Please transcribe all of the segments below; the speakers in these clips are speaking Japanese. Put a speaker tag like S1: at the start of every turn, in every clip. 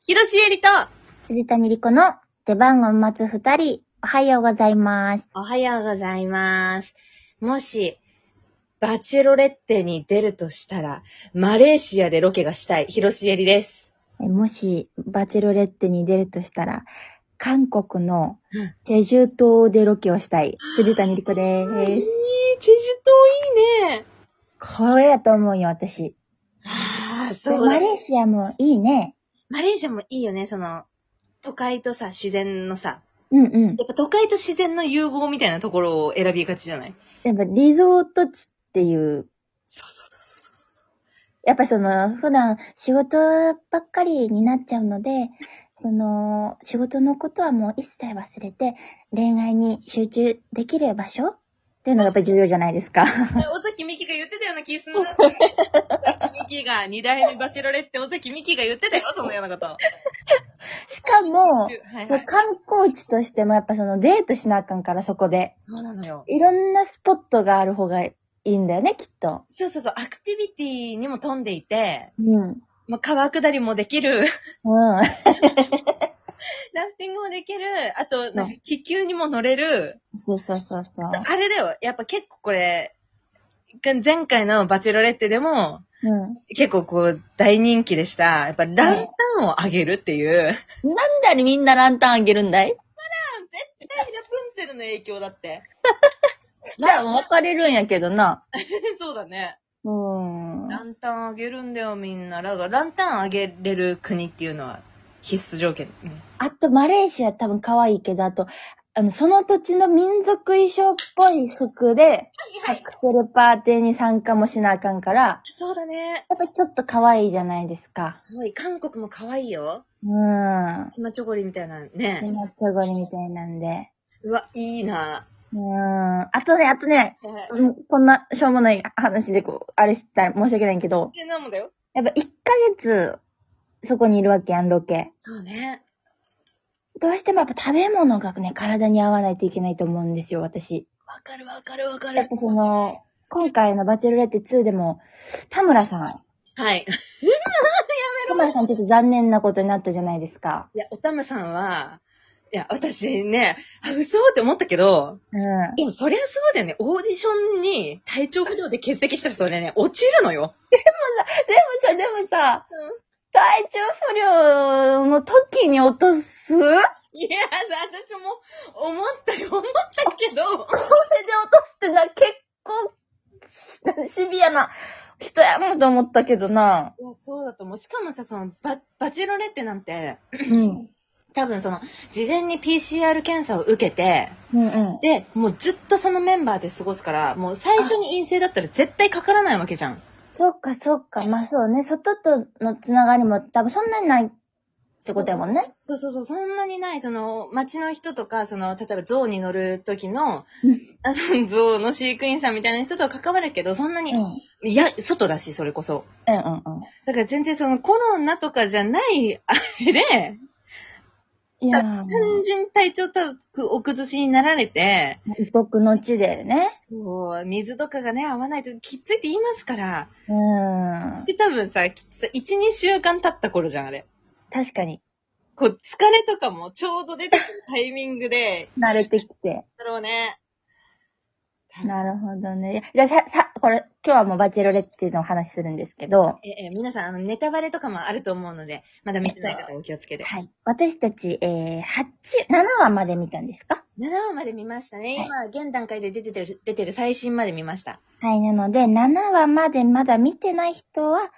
S1: ひろしえりと、
S2: 藤谷莉子の出番を待つ二人、おはようございます。
S1: おはようございます。もし、バチェロレッテに出るとしたら、マレーシアでロケがしたい、ひろしえりです。
S2: えもし、バチェロレッテに出るとしたら、韓国の
S1: うん
S2: チェジュ島でロケをしたい、藤谷莉子で
S1: いい、チェジュ
S2: す。
S1: 島いいね。
S2: これやと思うよ、私。
S1: ああ、そう
S2: マ
S1: だね
S2: レーシアもいいね。
S1: マレーシアもいいよね、その、都会とさ、自然のさ、
S2: うんうん。
S1: やっぱ都会と自然の融合みたいなところを選びがちじ ゃない
S2: やっぱリゾート地っていう、
S1: そうそうそうそうそう。
S2: やっぱその、普段仕事ばっかりになっちゃうので、その、仕事のことはもう一切忘れて、恋愛に集中できる場所っていうのがやっぱり重要じゃないです か。
S1: 尾崎美紀が言ってたような気するんだ。尾崎美紀が、二代目バチェロレって尾崎美紀が言ってたよ、そのようなこと。
S2: しかも
S1: は、いは
S2: そう
S1: い、
S2: 観光地としてもやっぱそのデートしなあかんからそこで。
S1: そうなのよ。
S2: いろんなスポットがある方がいいんだよね、きっと。
S1: そうそうそう、アクティビティにも飛んでいて、
S2: うん。うん。
S1: まあ、川下りもできる、 ラフティングもできる、あと、なんか気球にも乗れる。
S2: そうそうそうそう。
S1: あれだよ、やっぱ結構これ、前回のバチェロレッテでも、
S2: うん。
S1: 結構こう、大人気でした。やっぱランタンをあげるっていう。ラン
S2: なんだにみんなランタンあげるんだい
S1: タンラプンツェルの影響だ って。
S2: じゃあ別れるんやけどな。
S1: そうだね。
S2: うん。
S1: ランタンあげるんだよ、みんな。だから、ランタンあげれる国っていうのは必須条件ね。
S2: あと、マレーシア多分可愛いけど、あと、あの、その土地の民族衣装っぽい服で、カクテルパーティーに参加もしなあかんから、
S1: そうだね。
S2: やっぱちょっと可愛いじゃないですか。
S1: すごい。韓国も可愛いよ。
S2: うん。
S1: チマチョゴリみたいな
S2: で
S1: ね。
S2: もちょごりみたいなんで。
S1: うわ、いいな。
S2: うーん。あとね、あとね、
S1: えー
S2: うんこんなしょうもない話でこう、あれしたら申し訳ないけど、
S1: で、なんもだよ。
S2: やっぱ1ヶ月、そこにいるわけやん、ロケ。
S1: そうね。
S2: どうしてもやっぱ食べ物がね、体に合わないといけないと思うんですよ、私。
S1: わかるわかるわか
S2: やっぱその、今回のバチェロレッテ2でも、田村さん、
S1: はい。
S2: 田村さんちょっと残念なことになったじゃないですか。
S1: いや、おたむさんは、いや、私ね、あ、嘘って思ったけど、
S2: うん。
S1: でもそりゃそうだよね。オーディションに体調不良で欠席したらそれね、落ちるのよ。
S2: でもさ、でもさ、体調不良の時に落とすこれで落
S1: いや、私も思ったよ、思ったけど、
S2: とすってな、結構し、シビアな人やなと思ったけどな。
S1: いや、そうだと思う。しかもさ、その、バ、バチェロレってなんて、
S2: うん。
S1: 多分その、事前に PCR 検査を受けて、
S2: うんうん。
S1: で、もうずっとそのメンバーで過ごすから、もう最初に陰性だったら絶対かからないわけじゃん。
S2: そっかそっか。まあそうね。外とのつながりも多分そんなにないってことやもんね。
S1: そうそうそう、そんなにない、その、街の人とか、その、例えば象に乗る時の
S2: うん、
S1: あの、象の飼育員さんみたいな人とは関わるけど、そんな
S2: う
S1: に、
S2: ん。うん
S1: いや、外だし、それこそ。
S2: うんうん。
S1: だから全然そのコロナとかじゃない、あれで、
S2: いやー、
S1: 単純体調多分お崩しになられて、
S2: 異国の地でね。
S1: そう、水とかがね、合わないときついって言いますから。
S2: うん。
S1: で、多分さ、きつい、1、2週間経った頃じゃん、あれ。
S2: 確かに。
S1: こう、疲れとかもちょうど出てくるタイミングで、
S2: 慣れてきて。
S1: だろうね。
S2: なるほどね。いや、じゃあさ、さ、これ、今日はもうバチェロレッテの話するんですけど、
S1: え、え、皆さん、あの、ネタバレとかもあると思うので、まだ見てない方はお気をつけて。
S2: はい。私たち、えー、8、7話まで見たんですか
S1: 7話まで見ましたね。今、現段階で出てる、出てる最新まで見ました。
S2: はい。なので、7話までまだ見てない人は、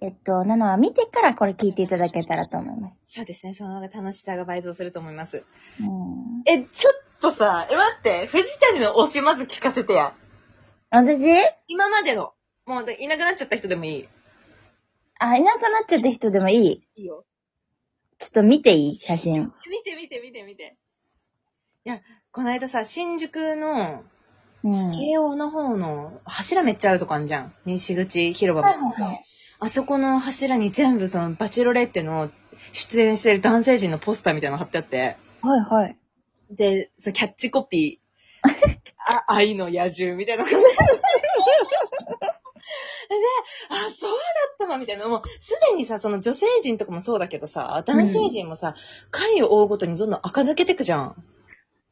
S2: えっと、7話見てからこれ聞いていただけたらと思います。
S1: そうですね、その方が楽しさが倍増すると思います。
S2: うん。
S1: え、ちょっとさ、え、待って、藤谷の推しまず聞かせてや。
S2: 私
S1: 今までの、もうでいなくなっちゃった人でもいい。
S2: あ、いなくなっちゃった人でもいい
S1: いいよ。
S2: ちょっと見ていい写真。
S1: 見て見て見て見て。いや、この間さ、新宿の、
S2: うん。はい
S1: 慶応の方の柱めっちゃあるとこあんじゃん。西口広場
S2: はい
S1: も。
S2: はい。
S1: あそこの柱に全部そのバチェロレッテの出演してる男性陣のポスターみたいなの貼ってあって。
S2: はいはい。
S1: で、そのキャッチコピ ー。あ、愛の野獣みたいなこと。あ、そうだったわ、みたいな。もう、すでにさ、その女性陣とかもそうだけどさ、男性陣もさ、回を追うごとにどんどん垢抜けてくじゃん。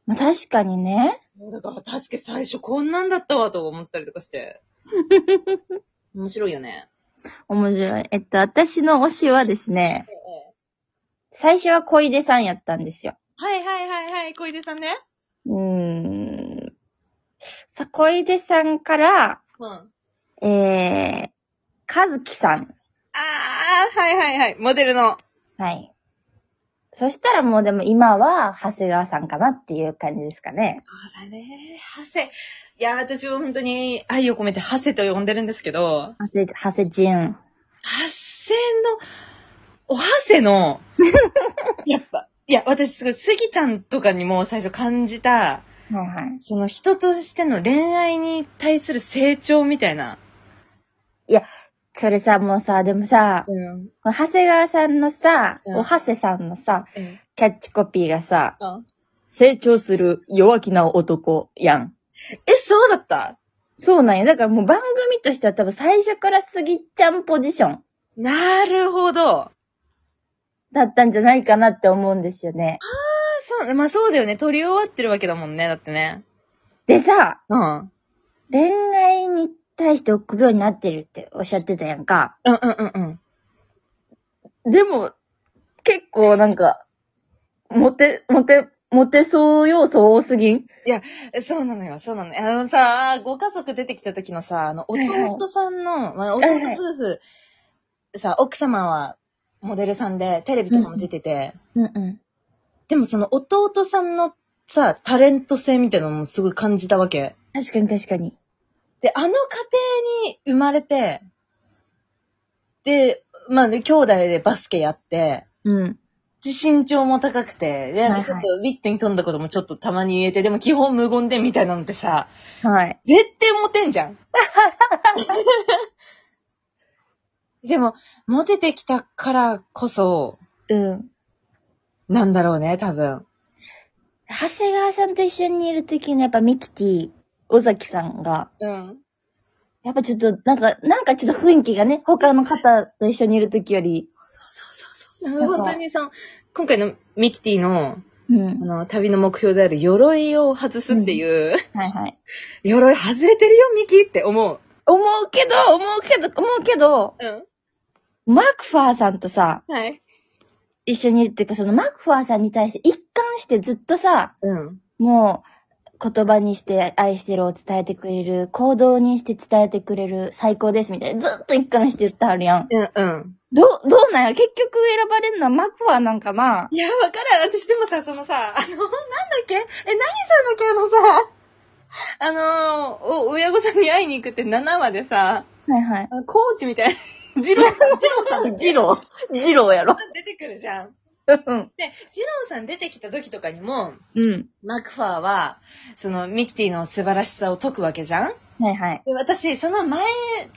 S2: まあ確かにね。
S1: そうだから、確かに最初こんなんだったわ、と思ったりとか して。面白いよね。
S2: 面白い。えっと、私の推しはですね、最初は小出さんやったんですよ。
S1: はいはいはいはい、小出さんね。
S2: うーん。さ、小出さんから、
S1: うん。あ
S2: えー、和樹さん。
S1: あー、はいはいはい、モデルの。
S2: はい。そしたらもうでも今は長谷川さんかなっていう感じですかね。
S1: そうだね、ハセ。いや、私は本当に愛を込めてハセと呼んでるんですけど、
S2: 長谷、長谷仁。
S1: ハセの、おハセの、 やっぱ、いや、私すごい、スギちゃんとかにも最初感じた、
S2: はいはい。
S1: その人としての恋愛に対する成長みたいな。
S2: それさ、もうさ、でもさ、
S1: うん。
S2: この長谷川さんのさ、
S1: うん
S2: お長谷さんのさ、
S1: うん。
S2: キャッチコピーがさ、
S1: うん
S2: 成長する弱気な男やん。
S1: え、そうだった
S2: そうなんや。だからもう番組としては多分最初からスギちゃんポジション
S1: なるほど。あ
S2: だったんじゃないかなって思うんですよね。
S1: そうね。まあそうだよね。撮り終わってるわけだもんね。だってね。
S2: でさ、
S1: うん。うん
S2: 恋愛に対して臆病になってるっておっしゃってたやんか。
S1: うんうんうん。
S2: でも、結構なんか、モテ、モテ、モテそう要素多すぎん
S1: えそうなのよ、そうなのよ。あのさ、ご家族出てきた時のさ、あの、
S2: はいはい
S1: 弟さんの、まあ、
S2: いはい
S1: 弟夫婦、さ、奥様はモデルさんで、テレビとかも出てて、
S2: うんうん。
S1: でもその弟さんのさ、タレント性みたいなのもすごい感じたわけ。
S2: 確かに確かに。
S1: で、あの家庭に生まれて、で、まあね、兄弟でバスケやって、
S2: うん。
S1: で身長も高くて、で、なんかちょっとウィットに飛んだこともちょっとたまに言えて、でも基本無言でみたいなのってさ、
S2: はい。
S1: 絶対モテんじゃん。でも、モテてきたからこそ、
S2: うん。
S1: なんだろうね、多分。
S2: 長谷川さんと一緒にいる時のやっぱミキティ、尾崎さんが、
S1: うん。
S2: やっぱちょっと、なんか、なんかちょっと雰囲気がね、他の方と一緒にいる時より、なんか
S1: 本当にその、今回のミキティの、
S2: うん
S1: あ。の、旅の目標である鎧を外すっていう、
S2: はいはい。
S1: 鎧外れてるよ、ミキって思う。
S2: 思うけど、思うけど、思うけど、
S1: うん。
S2: マクファーさんとさ、
S1: はい。
S2: 一緒にいるっていうか、そのマクファーさんに対して一貫してずっとさ、
S1: うん。
S2: もう、言葉にして愛してるを伝えてくれる、行動にして伝えてくれる、最高ですみたいな、ずっと一貫して言ってはるやん。
S1: うん、うん。
S2: どう、どうなんや結局選ばれるのはマクファーなんかない
S1: や、わからん。私でもさ、そのさ、あの、なんだっけえ、何さんだっけあのさ、あのお、親御さんに会いに行くって7話でさ、
S2: はいはい。
S1: あのコーチみたいな、 ジローさん、ジロー さんだっけ
S2: ジロー、ジローやろ。
S1: 出てくるじゃん。
S2: うん。
S1: で、ジローさん出てきた時とかにも、
S2: うん。
S1: マクファーは、その、ミキティの素晴らしさを解くわけじゃん
S2: はいはい。
S1: で、私、その前、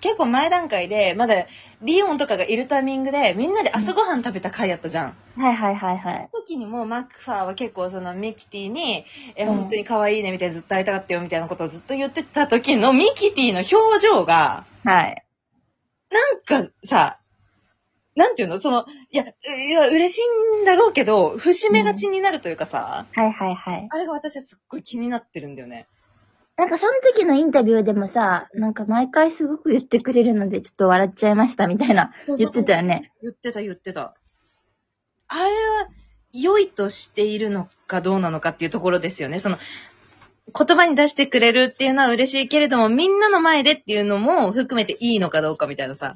S1: 結構前段階で、まだ、リオンとかがいるタイミングで、みんなで朝ごはん食べた回やったじゃん。
S2: はいはいはいはい。
S1: 時にもマックファーは結構そのミキティに、え、
S2: うん
S1: 本当に可愛いねみたいなずっと会いたかったよみたいなことをずっと言ってた時のミキティの表情が、
S2: はい。
S1: なんかさ、なんていうのその、いや、いや、嬉しいんだろうけど、節目がちになるというかさ、
S2: はいはいはい。
S1: あれが私はすっごい気になってるんだよね。
S2: なんかその時のインタビューでもさ、なんか毎回すごく言ってくれるのでちょっと笑っちゃいましたみたいな
S1: そうそ
S2: 言
S1: う
S2: ってたよね。
S1: 言ってた言ってた。あれは、良いとしているのかどうなのかっていうところですよね。その、言葉に出してくれるっていうのは嬉しいけれども、みんなの前でっていうのも含めていいのかどうかみたいなさ。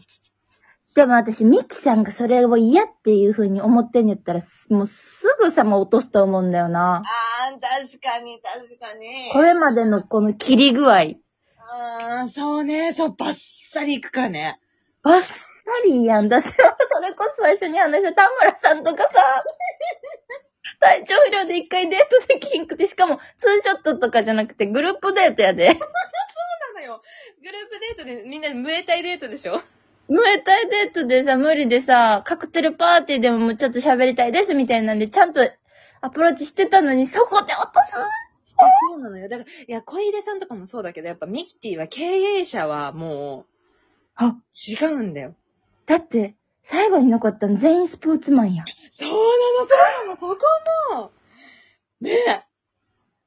S2: でも私、ミキさんがそれを嫌っていう風に思ってんやったら、すもうすぐさま落とすと思うんだよな。
S1: あー、確かに、確かに
S2: これまでのこの切り具合、
S1: あー、そうね、そう、バッサリいくからね。
S2: バッサリやんだ って、それこそ最初に話した田村さんと かさ、体調不良で一回デートできんくて、しかもツーショットとかじゃなくてグループデートや で。
S1: そうなのよ。グループデートでみんなムエタイデートでしょ
S2: ムエタイデートでさ、無理でさ、カクテルパーティーでももうちょっと喋りたいですみたいなんで、ちゃんとアプローチしてたのに、そこで落とす
S1: いやそうなのよ。だから、いや、小出さんとかもそうだけど、やっぱミキティは経営者はもう、
S2: あ、
S1: 違うんだよ。
S2: だって、最後に残ったの全員スポーツマンや。
S1: そうなの、そうなの、そこも。ねえ。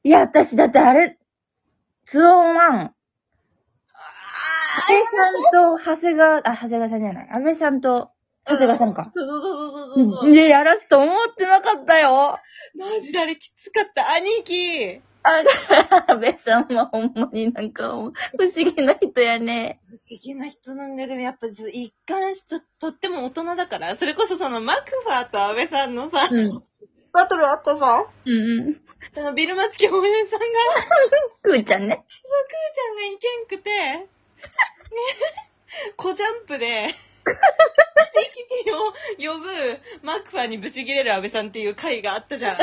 S2: いや、私だってあれ、ツオンワン。安倍さんと長谷川、あ、長谷川さんじゃない。安倍さんと長谷川さんか。
S1: そうそうそうそうそうそう。
S2: で、やらすと思ってなかったよ。
S1: マジであれきつかった、兄貴。
S2: あ、安倍さんはほんまになんか、不思議な人やね。
S1: 不思議な人なんだよ。でもやっぱず一貫しと、とっても大人だから。それこそそのマクファーと安倍さんのさ、
S2: うん。
S1: バトルあったさ。
S2: うんうん。
S1: そのビルマチキ応援さんが、
S2: くーちゃんね。
S1: そう、クーちゃんがいけんくて、ね、小ジャンプ で、ミキティを呼ぶマクファーにブチギレる安倍さんっていう回があったじゃん。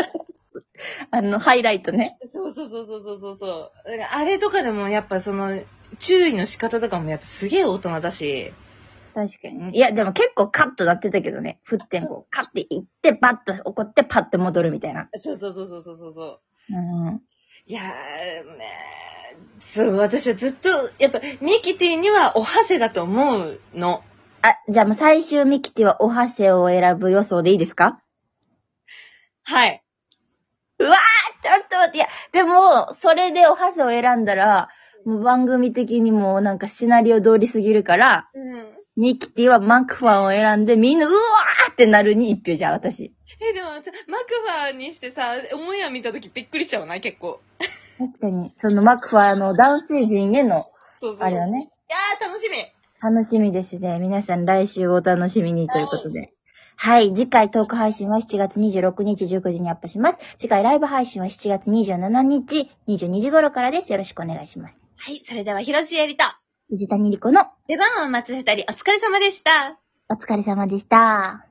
S2: あの、ハイライトね。
S1: そうそうそうそうそうそうそう。だからあれとかでもやっぱその、注意の仕方とかもやっぱすげえ大人だし、
S2: 確かに。いや、でも結構カットなってたけどね。1.5。カッていって、バッと怒って、パッと戻るみたいな。
S1: そうそうそうそうそうそうそう。
S2: うん。
S1: いやー、ねーそう、私はずっと、やっぱ、ミキティにはおはせだと思うの。
S2: あ、じゃあもう最終ミキティはおはせを選ぶ予想でいいですか
S1: はい。
S2: ちょっと待って、いや、でも、それでおはせを選んだら、もう番組的にもなんかシナリオ通りすぎるから、
S1: うん。
S2: ミキティはマクファンを選んで、みんな、うわーってなるに一票じゃあ、私。
S1: え、でも、ちょマクファーにしてさ、オンエア見たときびっくりしちゃうな、結構。
S2: 確かに、そのマクファーの男性陣への、
S1: そうそう。
S2: あれをね、
S1: いやー、楽しみ
S2: 楽しみですね。皆さん来週お楽しみにということで。はい。次回トーク配信は7月26日19時にアップします。次回ライブ配信は7月27日22時頃からです。よろしくお願いします。
S1: はい、それでは、広ロシエリと、
S2: 藤谷莉子の
S1: 出番を待つ二人、お疲れ様でした。
S2: お疲れ様でした。